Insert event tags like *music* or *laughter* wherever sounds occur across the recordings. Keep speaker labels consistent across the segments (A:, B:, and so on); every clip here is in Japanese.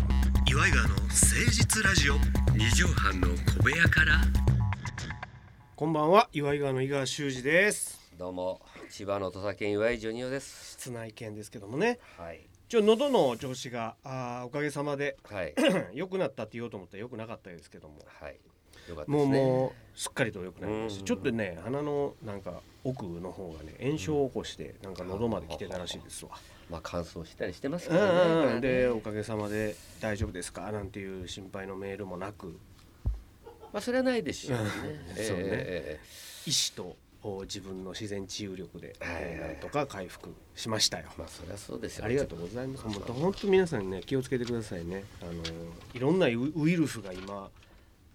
A: イガーの誠実ラジオ
B: 二畳半の小部屋から
C: こんばんは岩井川の井川修司です
B: どうも千葉の土佐県岩井ジョニオです
C: 室内犬ですけどもね
B: はい
C: ちょ喉の調子があーおかげさまで *clears throat* *coughs*
B: はい
C: 良くなったって言おうと思ったら良くなかったですけども
B: はいよかったで
C: も
B: す
C: う
B: ね
C: もうすっかりと良くなりまし
B: う
C: た
B: ん
C: ちょっとね鼻のなんか奥の方がね炎症を起こしてなんか喉まで来てたらしいですわ
B: まあ乾燥したりしてます
C: う
B: か
C: ん
B: ら
C: う
B: ね
C: んうん
B: 今ね
C: でおかげさまで大丈夫ですかなんていう心配のメールもなく
B: まあそれはないでしょうね
C: うん
B: え
C: *laughs*
B: え
C: そうね
B: え
C: 医師とお自分の自然治癒力で
B: はいはい
C: えーなんとか回復しましたよ
B: えまあそりゃそうですよ
C: ありがとうございます。本当本当皆さんね気をつけてくださいね。あのいろんなウウイルスが今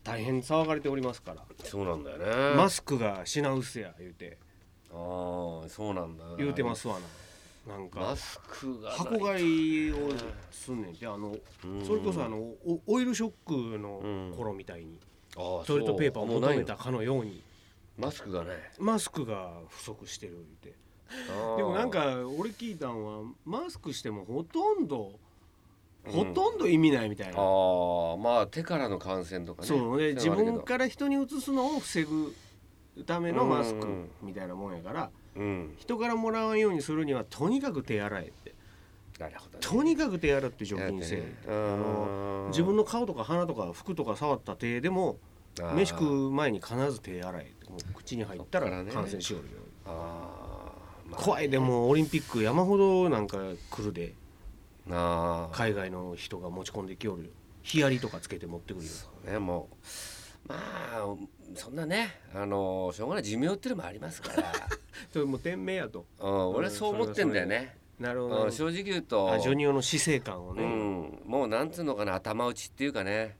C: 大変騒がれておりますから。
B: そうなんだよね
C: マスクが品薄や言うて
B: ああそうなんだ
C: 言うてますわな。なん
B: マ
C: か
B: スクがない
C: 箱買いをすんねんてあの
B: うん
C: それこそあのおオイルショック
B: うん
C: の頃みたいに
B: ああ
C: トイレットペーパーを
B: そうもうな
C: 求
B: いの
C: めたかのように
B: マスクがない
C: マスクが不足してる言うて。
B: あー
C: でもなんか俺聞いたんはマスクしてもほとんど
B: うん
C: ほとんど意味ないみたいな。
B: ああまあ手からの感染とかね
C: そうで
B: って
C: 自
B: のはあるけど
C: 分から人にうつすのを防ぐためのマスク
B: うん
C: みたいなもんやから
B: うん
C: 人からもらわんようにするにはとにかく手洗えって
B: なるほどね
C: とにかく手洗って除
B: やって
C: 菌
B: ね
C: せえって
B: う
C: あの
B: ん
C: 自分の顔とか鼻とか服とか触った手でも飯
B: あー
C: 食う前に必ず手洗えってもう口に入ったら
B: そっからね
C: 感染しようよ、
B: あー、まあ
C: 怖いでもオリンピック山ほどなんか来るで
B: ああ
C: 海外の人が持ち込んできよるよヒアリとかつけて持ってくるよ
B: ねもうまあそんなねあのしょうがない寿命っていうのもあります
C: *laughs*
B: から、
C: それもう店名やと
B: うん、俺はそう思ってんだよね、
C: なるほ
B: う
C: ど
B: ん、正直言うと
C: あジョニオの死生観を
B: う
C: ね、
B: ん、もうなんつうのかな頭打ちっていう
C: *laughs*
B: かね、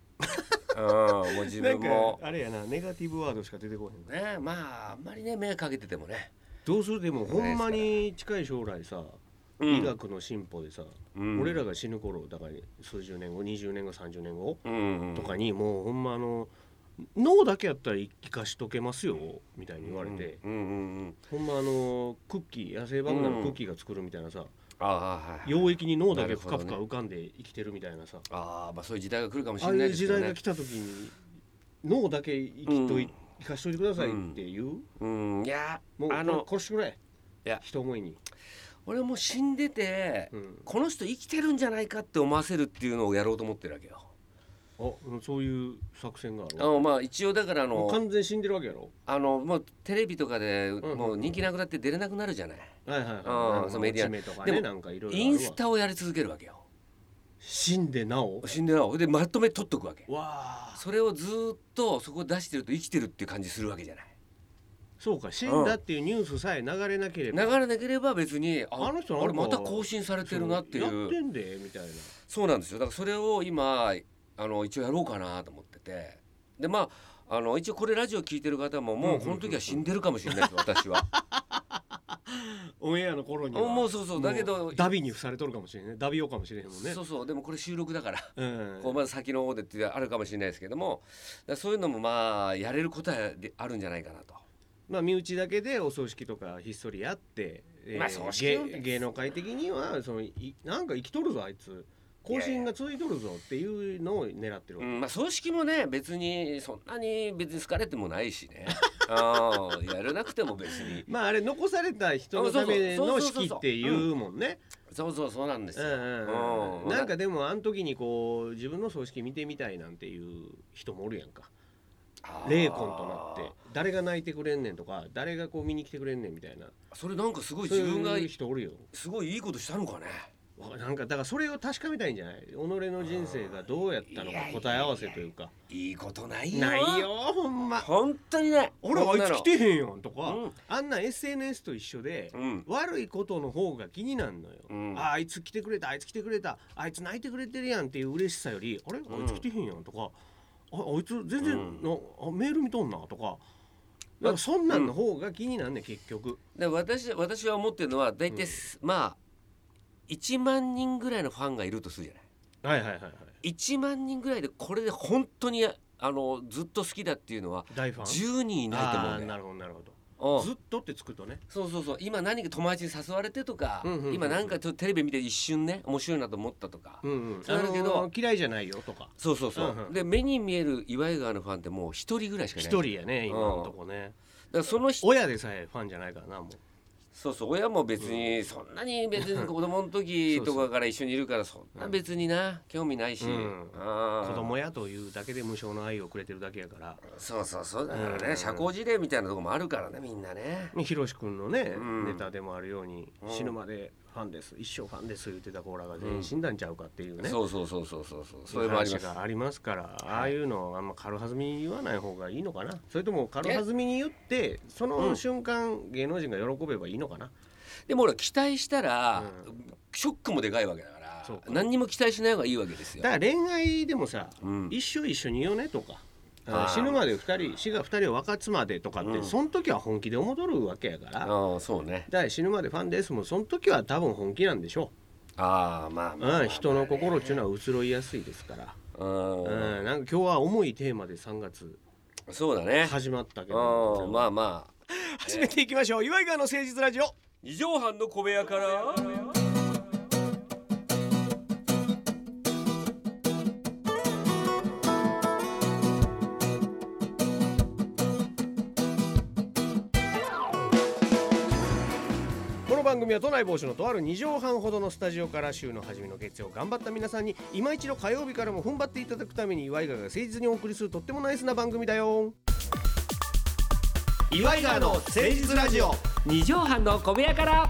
B: うん、もう自分も
C: なんかあれやなネガティブワードしか出てこへん
B: ねまああんまりね目かけててもね、
C: どうするでもほんまに近い将来さ、
B: うん
C: 医学の進歩でさ、
B: うん
C: 俺らが死ぬ頃だから数十年後20年後30年後
B: うん、
C: とかにもうほんまあの脳だけやったら生かしとけますよみたいに言われて、
B: うんうんうん
C: ほんまあのクッキー野生爆弾のクッキーが作るみたいなさ、
B: ああはい
C: 溶液に脳だけふか
B: な
C: ふ
B: るほど
C: か
B: ね
C: 浮かんで生きてるみたいなさ
B: ああまあそういう時代が来るかもし
C: あ
B: れ
C: あ
B: ないいうで
C: 時
B: すけど
C: 代
B: ね
C: が来た時に脳だけ生きとい、
B: うん
C: 生かしといてくださいっていう、
B: うんいや
C: もう
B: あ
C: あ
B: の
C: の殺してくれ
B: いや
C: 人思いに、
B: 俺はもう死んでて、
C: うん、
B: この人生きてるんじゃないかって思わせるっていうのをやろうと思ってるわけよ。
C: あそういう作戦がある
B: あのまあ一応だからあ
C: もう
B: の
C: 完全に死んでるわけやろ
B: あのもうテレビとかで
C: んうん
B: もう人気なくなって出れなくなるじゃない。
C: はいはいはい
B: ああそうメディア
C: 落ち目とか
B: で
C: ね
B: も
C: なんかいろいろ
B: インスタをやり続けるわけよ。
C: 死んでなお
B: 死んでなおでまとめ取っとくわけ。
C: わあ
B: それをずーっとそこ出してると生きてるっていう感じするわけじゃない。
C: そうか死んだっていうニュースさえ流れなければ
B: 流れなければ別にあ
C: あの人なん
B: あ
C: か
B: れまた更新されてるなってい
C: そうやって
B: うん
C: でみたいな
B: そうなんですよ。だからそれを今あの一応やろうかなと思っててでまああの一応これラジオ聞いてる方ももうこの時は死んでるかもしれ
C: *laughs*
B: ないです私は。
C: オンエアの頃には
B: もうそうそうだけ
C: も
B: ど
C: うダビに付されとるかもしれんねダビ用かもしれへんもんね
B: そうそうでもこれ収録だから、
C: うん
B: こうまだ先の方でってあるかもしれないですけどもだからそういうのもまあやれることはであるんじゃないかなと。
C: まあ身内だけでお葬式とかひっそりやって、えー
B: まあ葬式なんて
C: 芸芸能界的にはそのいなんか生きとるぞあいつ更新が続いとるぞっていうのを狙ってる
B: う
C: わけ
B: んまあ、葬式もね別にそんなに別に好かれてもないし
C: *laughs*
B: ねうんやらなくても別に
C: まああれ残された人のための式っていうもんね。
B: そうそうそうなんです
C: う
B: よ。
C: んうんう
B: う
C: んんなんかでもあの時にこう自分の葬式見てみたいなんていう人もおるやんか。
B: あー
C: 霊魂となって誰が泣いてくれんねんとか誰がこう見に来てくれんねんみたいな。
B: それなんかすごい
C: そう
B: 自分が
C: いう人おるよ。
B: すごいいいことしたのかね。
C: わなんかだからそれを確かめたいんじゃない己の人生がどうやったのか答え合わせというか
B: いいことないよ。
C: ないよほんま
B: 本当にね。
C: 俺あいつ来てへんやんとか、
B: うん
C: あんな SNS と一緒で、
B: うん
C: 悪いことの方が気になんのよ、
B: うん
C: ああいつ来てくれたあいつ来てくれたあいつ泣いてくれてるやんっていう嬉しさよりあれあいつ来てへんやんとか、ああいつ全然、
B: うん
C: なあメール見とんなとかなんかそんなんの方が気になんねん結局、
B: で私私は思ってるのは大体、すまあ1万人ぐらいのファンがいるとするじゃない
C: はいはいはいはい
B: 1万人ぐらいでこれで本当にあのずっと好きだっていうのは
C: 大ファン
B: 10人いないと思う
C: あ
B: ん
C: ー
B: だ
C: な
B: よ
C: るほどなるほど
B: うん
C: ずっとってつくとね
B: そうそうそう今何か友達に誘われてとか、
C: うんうんうんうん
B: 今なんかちょっとテレビ見て一瞬ね面白いなと思ったとか、
C: うんうん
B: そうなるけど
C: あのー嫌いじゃないよとか
B: そうそうそう、
C: うんうん
B: で目に見える岩井川のファンってもう一人ぐらいしかい
C: 一
B: ない
C: 人やね今のとこね
B: だからその人
C: 親でさえファンじゃないからなもう
B: そうそう親も別にそんなに別 *laughs* に子供の時とかから一緒にいるからそんな別にな興味ないし、
C: うん
B: あー
C: 子供やというだけで無償の愛をくれてるだけやから
B: そうそうそうだからね、
C: うん
B: 社交辞令みたいなとこもあるからねみんなね
C: ひろし君のね、
B: うん
C: ネタでもあるように、
B: うん
C: 死ぬまでファンです一生ファンです言ってた子らが全員死んだんちゃうかっていうね、
B: そうそうそうそうそうそう
C: そ
B: そうれ
C: いう
B: もあり
C: 話
B: ます
C: がありますから、ああいうのをあんま軽はずみに言わない方がいいのかなそれとも軽はずみに言ってその瞬間、芸能人が喜べばいいのかな
B: でもほら期待したら、
C: う
B: ショックもでかいわけだから
C: そうか
B: 何にも期待しない方がいいわけですよ
C: だから恋愛でもさ、
B: うん
C: 一生一緒にいようねとか、
B: あー
C: 死ぬまで二人死が二人を分かつまでとかって、
B: うん
C: その時は本気で戻るわけやから、
B: ああそうね
C: だから死ぬまでファンですもんその時は多分本気なんでしょ
B: ああまあ
C: う、
B: まあ、まあ
C: うん、人の心っていうのは移ろいやすいですから、
B: うん、
C: うん、なんか今日は重いテーマで3月
B: そうだね
C: 始まったけ
B: う
C: ど
B: んまあまあ
C: 始めていきましょう岩井川の誠実ラジオ
B: 二畳半の小部屋から
C: この番組は都内某所のとある2畳半ほどのスタジオから週の初めの月曜頑張った皆さんに今一度火曜日からも踏ん張っていただくために岩井川が誠実にお送りするとってもナイスな番組だよ岩井川の誠実ラジオ
B: 二畳半の小部屋から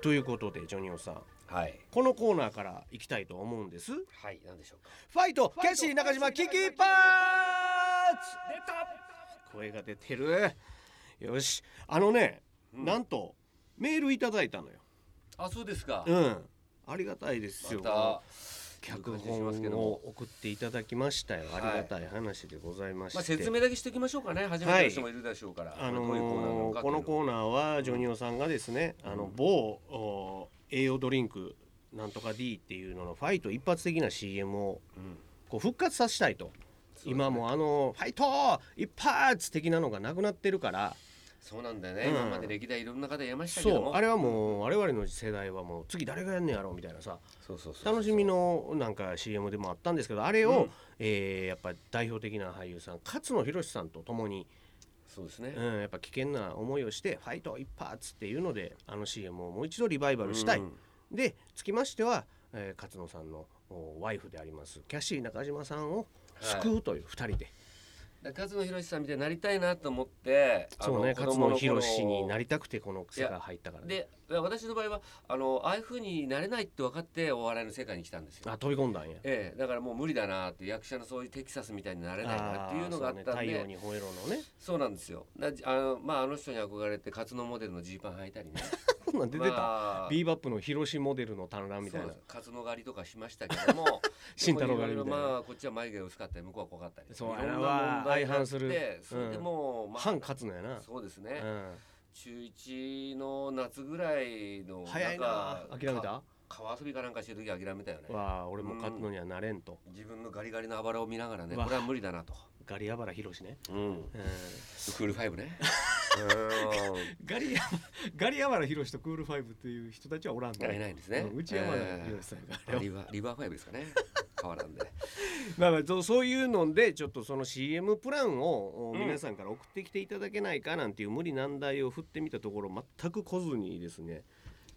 C: ということでジョニオさん
B: はい
C: このコーナーから行きたいと思うんですフ
B: はいなんでしょうか
C: ァイトキャッシー中島キキパーツ声が出てるよしあのね、なんとメールいただいたのよ
B: あそうですか、
C: うんありがたいですよ、
B: また
C: 脚
B: そういう感じしますけ
C: 本
B: ど
C: を
B: も
C: 送っていただきましたよ、
B: はい
C: ありがたい話でございまして、
B: まあ、説明だけしておきましょうかね初めての人もいるでしょうから、
C: あ
B: これどういうコーナーな
C: の
B: の
C: ー
B: か
C: この
B: ー
C: コーナーはジョニオさんがですね、あの某お栄養ドリンクなんとか D っていうののファイト一発的な CM をこう復活させたいと、今もうあのファイト一発的なのがなくなってるから
B: そうなんだよね、
C: うん
B: 今まで歴代いろんな方いましたけど
C: そ
B: も
C: うあれはもう我々の世代はもう次誰がやんねやろうみたいなさ
B: そうそうそうそう
C: 楽しみのなんか CM でもあったんですけどあれを、
B: うん
C: えーやっぱ代表的な俳優さん勝野博さんと共に、
B: そうですね、
C: うん、やっぱ危険な思いをして「ファイト一発!」っていうのであの CM をもう一度リバイバルしたい、
B: うん
C: でつきましては、えー勝野さんのおワイフでありますキャシー中島さんを救うという2人で、
B: だから勝野博さんみたいになりたいなと思ってあの
C: そうね
B: 子
C: 勝
B: 供
C: 野
B: の
C: 博にな
B: り
C: りたくてこの世界入ったからね
B: で私の場合はあのああいうふうになれないって分かってお笑いの世界に来たんですよ。
C: あ飛び込んだんや。
B: ええ、だからもう無理だなって役者のそういうテキサスみたいになれないなっていうのがあったんで
C: あーそうう
B: そ,、
C: ね、太陽に吠えろの
B: *laughs*
C: ね
B: なんですよだあのまああの人に憧れてカツノモデルのジーパン履いたりね
C: こんなん *laughs* 出てた、
B: まあ
C: ビーバップの広島モデルの単乱みたい
B: そう
C: なん
B: ですカツノ狩りとかしましたけども
C: *laughs* 慎太郎狩りみたいな
B: でもろろまあこっちは眉毛が薄かったり向こうは濃かったり
C: そう
B: ろんな
C: あれは
B: 問題
C: 相反する
B: があってそれで
C: うん
B: もう、まあ
C: 反勝つのやな。
B: そうです
C: う
B: ね、
C: ん、
B: 中1の夏ぐらいの
C: 早いな。
B: んか
C: 諦めた
B: か？川遊びかなんかしてる時諦めたよね
C: わあ、俺も勝つのにはなれんと。
B: 自分のガリガリのあばらを見ながらね
C: うわ
B: これは無理だなと、
C: ガリアバラ *laughs* ヒロシね。
B: うん、
C: うん、
B: クールファイ
C: *laughs*
B: ブねうん
C: ガリアガリアバラヒロシとクールファイブっていう人たちはおらん
B: いないですね
C: うん内山田
B: ええ
C: ヒロシさんがあれを
B: リバーリバーファイブですかね変わらんで
C: *laughs* まあまあそうそういうのでちょっとその CM プランをお
B: うん
C: 皆さんから送ってきていただけないかなんていう無理難題を振ってみたところ全く来ずにですね、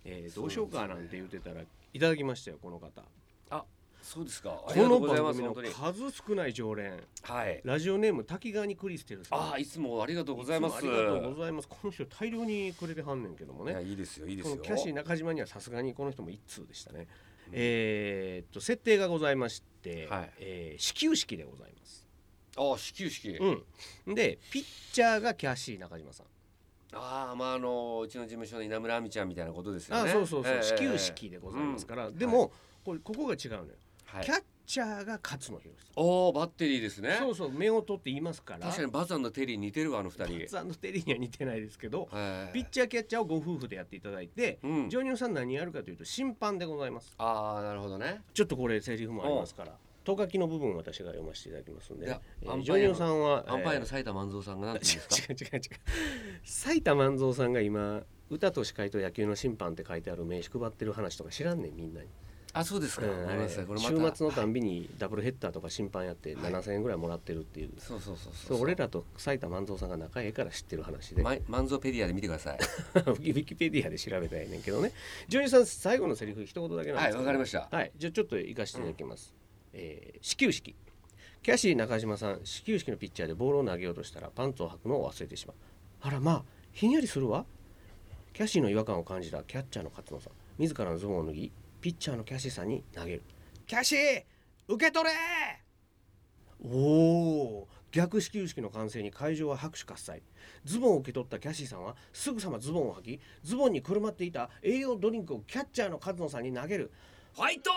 C: えーどうしようかなんて言ってたらいただきましたよこの方
B: あそうですか
C: こ
B: ありがと
C: の
B: うございま
C: 番
B: す
C: 組の
B: 本当
C: 数
B: に
C: 少ない常連
B: はい
C: ラジオネーム滝川にクリステルさん
B: あいつもありがとうございます
C: つもありがとうございますこの人大量にくれてはんねんけども
B: いや
C: ね
B: いいですよいいで
C: こ
B: す
C: の
B: よ
C: キャシー中島にはさすがにこの人も一通でしたね、えーっと設定がございまして、
B: はい
C: えー始球式でございます
B: あ始球式、
C: うんでピッチャーがキャシー中島さん
B: ああまああのうちの事務所の稲村亜美ちゃんみたいなことですよ
C: あ
B: ね
C: そうそうそう、
B: ええ
C: 始球式でございますから、
B: うん
C: でも、これここが違うのよ、
B: はい
C: キャッチャーが勝野博さ
B: おおバッテリーですね
C: んそうそう目を取って言いますから
B: 確かにバザンのテリー似てるわあの二人
C: ザンのテリーには似てないですけど、
B: はい
C: ピッチャーキャッチャーをご夫婦でやっていただいて、
B: うん
C: ジョニオさん何やるかというと審判でございます
B: ああなるほどね
C: ちょっとこれセリフもありますからと書きの部分を私が読ませていただきますので
B: いや
C: え
B: ア
C: ー
B: ンパイアの
C: ジョニオさんは
B: アンパイアの
C: えー
B: 埼玉万蔵さんが何て言うんですか
C: *laughs* 違う違う違う埼玉万蔵さんが今歌と司会と野球の審判って書いてある名刺配ってる話とか知らんねんみんなに、
B: あそうですか、
C: うん
B: ごめんなさいこれまた
C: 週末のたんびにダブルヘッダーとか審判やって7,000円ぐらいもらってるっていう、
B: そうそうそう
C: そ
B: そうう
C: 俺らと埼玉万蔵さんが仲ええから知ってる話で、
B: ま万蔵ペディアで見てくださ
C: *laughs*
B: い
C: ウィキペディアで調べたらええねんけどねジョニーさん最後のセリフ一言だけなん
B: は
C: で
B: い
C: すけど
B: わかりました
C: はい、じゃあちょっと行かせていただきます、えー始球式キャシー中島さん始球式のピッチャーでボールを投げようとしたらパンツを履くのを忘れてしまうあらまあひんやりするわキャシーの違和感を感じたキャッチャーの勝野さん自らのズボンを脱ぎピッチャーのキャシーさんに投げるキャシー受け取れおお逆始球式の完成に会場は拍手喝采ズボンを受け取ったキャシーさんはすぐさまズボンを履きズボンにくるまっていた栄養ドリンクをキャッチャーの勝野さんに投げる
B: ファイト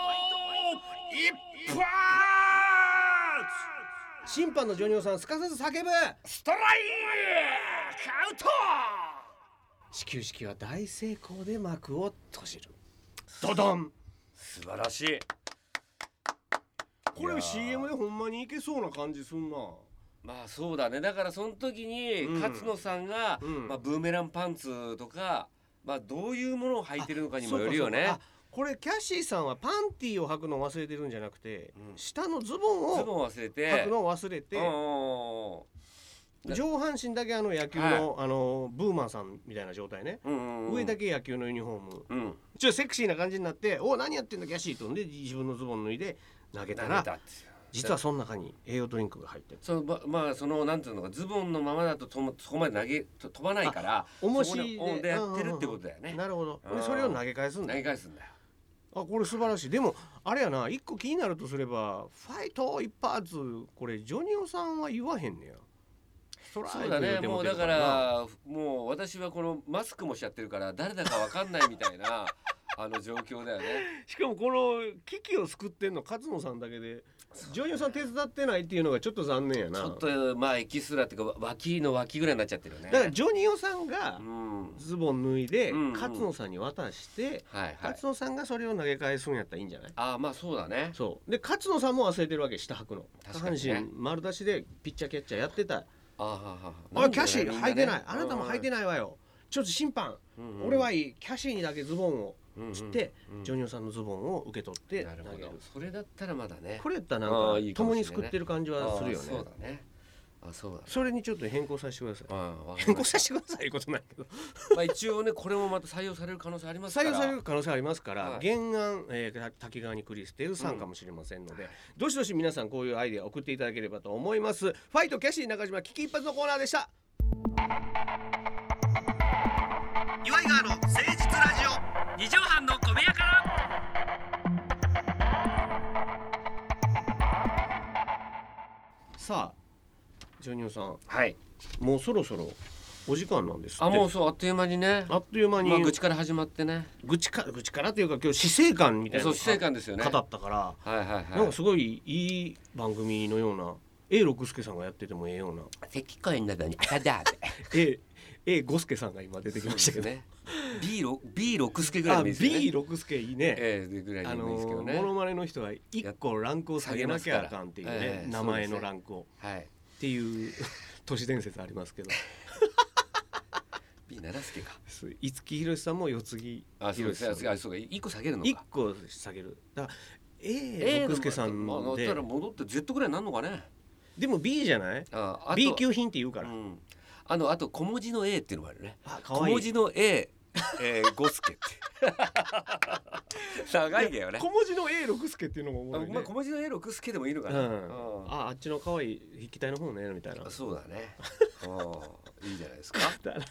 A: 一発
C: 審判のジョニオさんすかさず叫ぶ
A: ストライクアウト
C: 始球式は大成功で幕を閉じるドドン
B: 素晴らしい
C: こ
B: いや
C: れ
B: ー
C: CM でほんまにいけそうな感じすんな
B: まあそうだねだからその時に
C: うん
B: 勝野さんが、
C: うん
B: まあ、ブーメランパンツとか、まあ、どういうものを履いてるのかにもよるよ
C: そうか
B: ね
C: そうかあこれキャシーさんはパンティーを履くのを忘れてるんじゃなくて、
B: うん
C: 下のズボン
B: ズ
C: を
B: ボン忘れて
C: 履くのを忘れて、
B: うんうんうん
C: 上半身だけあの野球の、あのブーマンさんみたいな状態ね、
B: うんうんうん
C: 上だけ野球のユニフォーム
B: うん
C: ちょっとセクシーな感じになって「お何やってんだキャシー」とんで自分のズボン脱いで投げたら
B: 投げっていう
C: 実はその中に栄養ドリンクが入ってる
B: そのままあそのなんていうのかズボンのままだとともそこまで投げと飛ばないから
C: 重
B: そ
C: し
B: こ
C: で
B: うんでやってるってことだよ
C: うんうんうん
B: ね
C: なるほど
B: う
C: で
B: ん
C: それを投げ返すん
B: 投
C: だ
B: げ返すんだよ
C: あこれ素晴らしいでもあれやな一個気になるとすれば「ファイト一発」これジョニオさんは言わへんねやそ
B: そうだねもうだからもう私はこのマスクもしちゃってるから誰だかわかんないみたいなあの状況だよね
C: しかもこの危機を救ってんの勝野さんだけでジョニオさん手伝ってないっていうのがちょっと残念や
B: ち
C: な
B: ょっとまあエキストラっていうか脇の脇ぐらいになっちゃってるよね
C: だからジョニオさんが
B: うんはい
C: ズボン脱いで
B: うんうん
C: 勝野さんに渡して
B: はい
C: 勝野さんがそれを投げ返すんやったらいいんじゃない
B: ああまあそうだね
C: そうで勝野さんも忘れてるわけ下履くの下
B: 確
C: 半
B: かにね
C: 身丸出しでピッチャーキャッチャーやってた
B: ああは
C: 「
B: あ
C: お
B: は
C: いキャシー履いてないあなたも履いて
B: い
C: ないわよちょっと審判俺はいいキャシーにだけズボンを」つ
B: つ
C: ってジョニオさんのズボンを受け取って
B: なる
C: 投
B: ほ
C: げる
B: どそれだったらまだね
C: これやったらなん
B: あ
C: か
B: ーいいかも
C: 共
B: しれない
C: に
B: ね
C: 救ってる感じはするよ
B: あーそう
C: ね
B: だねあそうだね
C: それにちょっと変更させてください
B: うんわかり
C: 変
B: ま
C: 更さ
B: し
C: せてくださいいうことないけど
B: たまあ一応ねこれもまた採用される可能性ありますか
C: *laughs* 採
B: ら
C: 用される可能性ありますから、
B: はい
C: 原案、えー、滝川にクリステルさんかもしれませんので、どしどし皆さんこういうアイデア送っていただければと思いますファイトキャシー中島危機一髪のコーナーでした
A: 岩井川の誠実ラジオ
B: 二畳半の小部屋から
C: さあジョニオさん
B: はい
C: もうそろそろお時間なんですって
B: あもうそうあっという間にね
C: あっという間に、
B: まあ愚痴から始まってね
C: 愚痴か愚痴からというか今日死生観みたいな
B: そ
C: の
B: う死生観ですよね
C: 語ったから、
B: はいはいはい
C: なんかすごいいい番組のような A 六輔さんがやっててもええよ
B: *laughs*
C: うな
B: 石灰の中に朝だって
C: A, A 五輔さんが今出てきましたけ
B: *laughs*
C: ど、ね、
B: ね B 六 B 六助ぐらい
C: あ
B: でもいいですよね
C: B 六輔いいね、
B: ええぐらい
C: あ
B: でもい
C: の
B: いですけど
C: モノ
B: ね
C: マネの人は一個ランクを下げなきゃあかんっていうね、
B: 下げますからええ
C: 名前のランクを、
B: はい
C: っていう *laughs* 都市伝説ありますけ
B: *laughs*
C: ど
B: B 七助か
C: 五木ひろしさんも四つ木
B: あそうです
C: さん
B: ねあそうか一個下げるの
C: 一
B: か
C: 個下げるだから A
B: え
C: 六輔さん
B: まあだっ
C: で
B: たら戻って Z ぐらいになるのかね
C: でも B じゃない
B: ああと
C: B 級品って言うから、
B: うん、あのあと小文字の A っていうのもあるね
C: あ可
B: 小
C: 愛い
B: 文字の A えー、ゴスケって *laughs* 長いんだよね
C: 小文字の A 六助っていうのもおも
B: あ
C: ろいね
B: まあ、小文字の A 六スケでもいいのか
C: う
B: な、
C: ん、ああっちの可愛い筆記体の方ねみたいな
B: うんそうだねうんいいじゃないですか
C: *laughs*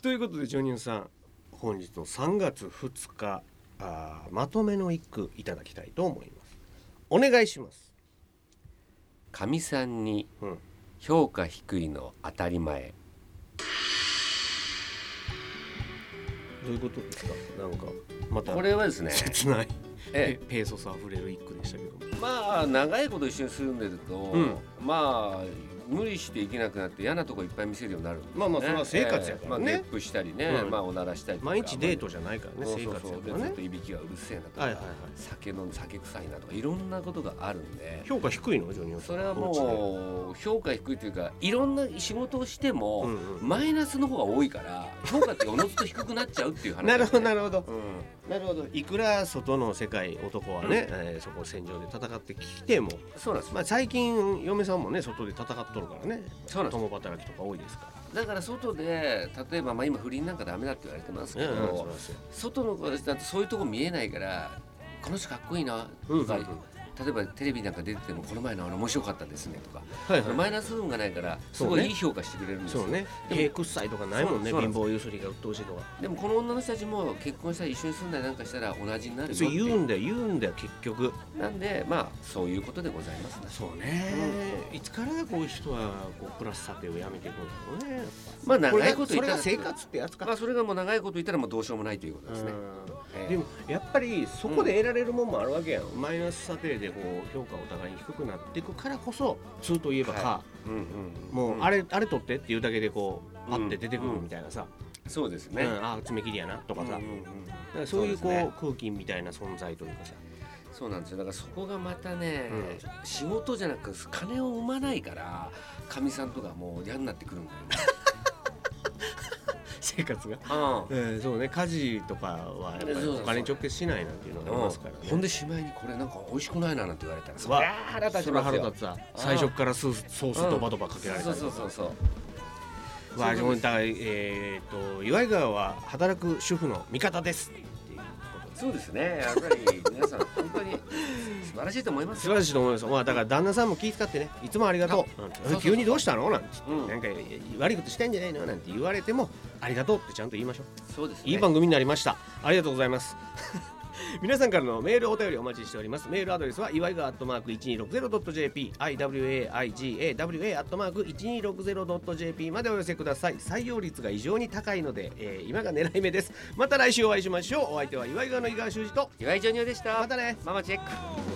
C: ということでジョニオさん本日の3月2日あーまとめの一句いただきたいと思いますお願いします
B: かみさんに
C: うん
B: 評価低いの当たり前
C: どういうことですかなんかまた
B: これはです
C: *laughs*
B: ね
C: 切ない
B: え
C: ペペーソスあふれる一句でしたけども
B: まあ長いこと一緒に住んでると、
C: うん
B: まあ無理していけなくなって嫌なとこいっぱい見せるようになるんでね、
C: まあまあそれは生活やからね
B: ええまあ、ゲップしたりね、
C: うん
B: まあおならしたりとか
C: 毎日デートじゃないからね
B: そう
C: 生
B: そう
C: 活
B: そう
C: や
B: で
C: から
B: ずっ
C: ね
B: といびきがうるせえなとか、
C: はいはいはい
B: 酒飲ん酒臭いなとかいろんなことがあるんで
C: 評価低いのジョニオさ
B: そ
C: ん
B: れは
C: お
B: もう評価低いというかいろんな仕事をしても、
C: うんうん
B: マイナスの方が多いから評価っておのずと低くなっちゃうっていう
C: 家
B: 話、
C: で *laughs* なるほどな
B: る
C: るほど
B: ほど、うん
C: なるほどいくら外の世界男はね、えーそこ戦場で戦ってきても、
B: そうなんです
C: まあ、最近嫁さんもね外で戦っとるからね
B: そうなんです
C: 共働きとか多いですから。
B: だから外で例えば、まあ、今不倫なんかダメだって言われてますけど、
C: うんそうですよ
B: 外の子たちだとそういうとこ見えないからこの人かっこいいなとか、
C: うんうん
B: 例えばテレビなんか出ててもこの前のあの面白かったですねとか、
C: はいはい
B: マイナス分がないからす
C: そうね
B: ごいいい評価してくれるんですよ、
C: そうね
B: でも
C: 芸屈祭とかないもんね
B: そう
C: 貧乏ゆすりが鬱陶しいとか
B: でもこの女の人たちも結婚したり一緒に住んだりなんかしたら同じになるよっ
C: そ
B: て
C: う
B: い
C: 言
B: う
C: うんだよ言うんだよ結局
B: なんでまあそういうことでございますね
C: そうね、いつからこういう人はこうプラス酒をやめていくんだろうね
B: まあ
C: これ
B: 長い
C: が
B: こと
C: そ
B: 言っ
C: れ
B: た
C: が
B: ら
C: 生活ってやつか
B: まあそれがもう長いこと言ったらもうどうしようもないということですね、
C: うん
B: ええ
C: でもやっぱりそこで得られるもんもあるわけやん、マイナス査定でこう評価お互いに低くなっていくからこそ通といえばか、
B: うんうんうん
C: もう、
B: ん
C: あれあれ取ってっていうだけでこうパ
B: うん
C: ッて出てくるみたいなさ、
B: そうです
C: うん
B: ね、
C: ああ爪切りやなとかさ、
B: うんうんうん
C: だからそういうこう
B: そうですね
C: 空気みたいな存在というかさ
B: そうなんですよだからそこがまたね、
C: うん
B: 仕事じゃなく金を生まないからかみさんとかもう嫌になってくるんだよね、
C: 生活が、
B: *laughs* うん
C: えーそうね家事とかはやっぱり
B: そう
C: お
B: そう
C: 金に直結しないなんていうのがありますからね、
B: ほんでしまいにこれなんか美味しくないななんて言われたら
C: うわ
B: 腹立
C: そ
B: ち
C: れは
B: ます
C: 腹
B: よ
C: 立つわ最初からスースソースドバドバかけられた
B: そ
C: り
B: う
C: と
B: そ
C: か
B: うそうそう
C: まあ、
B: そういうことです
C: だからえーっと岩井川は働く主婦の味方ですっていうこと
B: そうですねやっぱり皆さん本当に素晴らしいと思います
C: 素晴らしいと思います、まあ、だから旦那さんも気遣ってねいつもありがとうなんて
B: そうそう
C: 急にどうしたのなんて、
B: うん
C: なんか悪いことしたいんじゃないのなんて言われてもありがとうってちゃんと言いましょう
B: そうですね
C: いい番組になりました。ありがとうございます。 *laughs* 皆さんからのメールお便りお待ちしております。メールアドレスは祝いがアットマーク 1260.jp、iwaigawa アットマーク 1260.jp までお寄せください。採用率が異常に高いので、えー今が狙い目です。また来週お会いしましょう。お相手は祝いがの井川修司と、
B: 岩井ジョニオでした
C: またね。
B: ママチェック
D: 「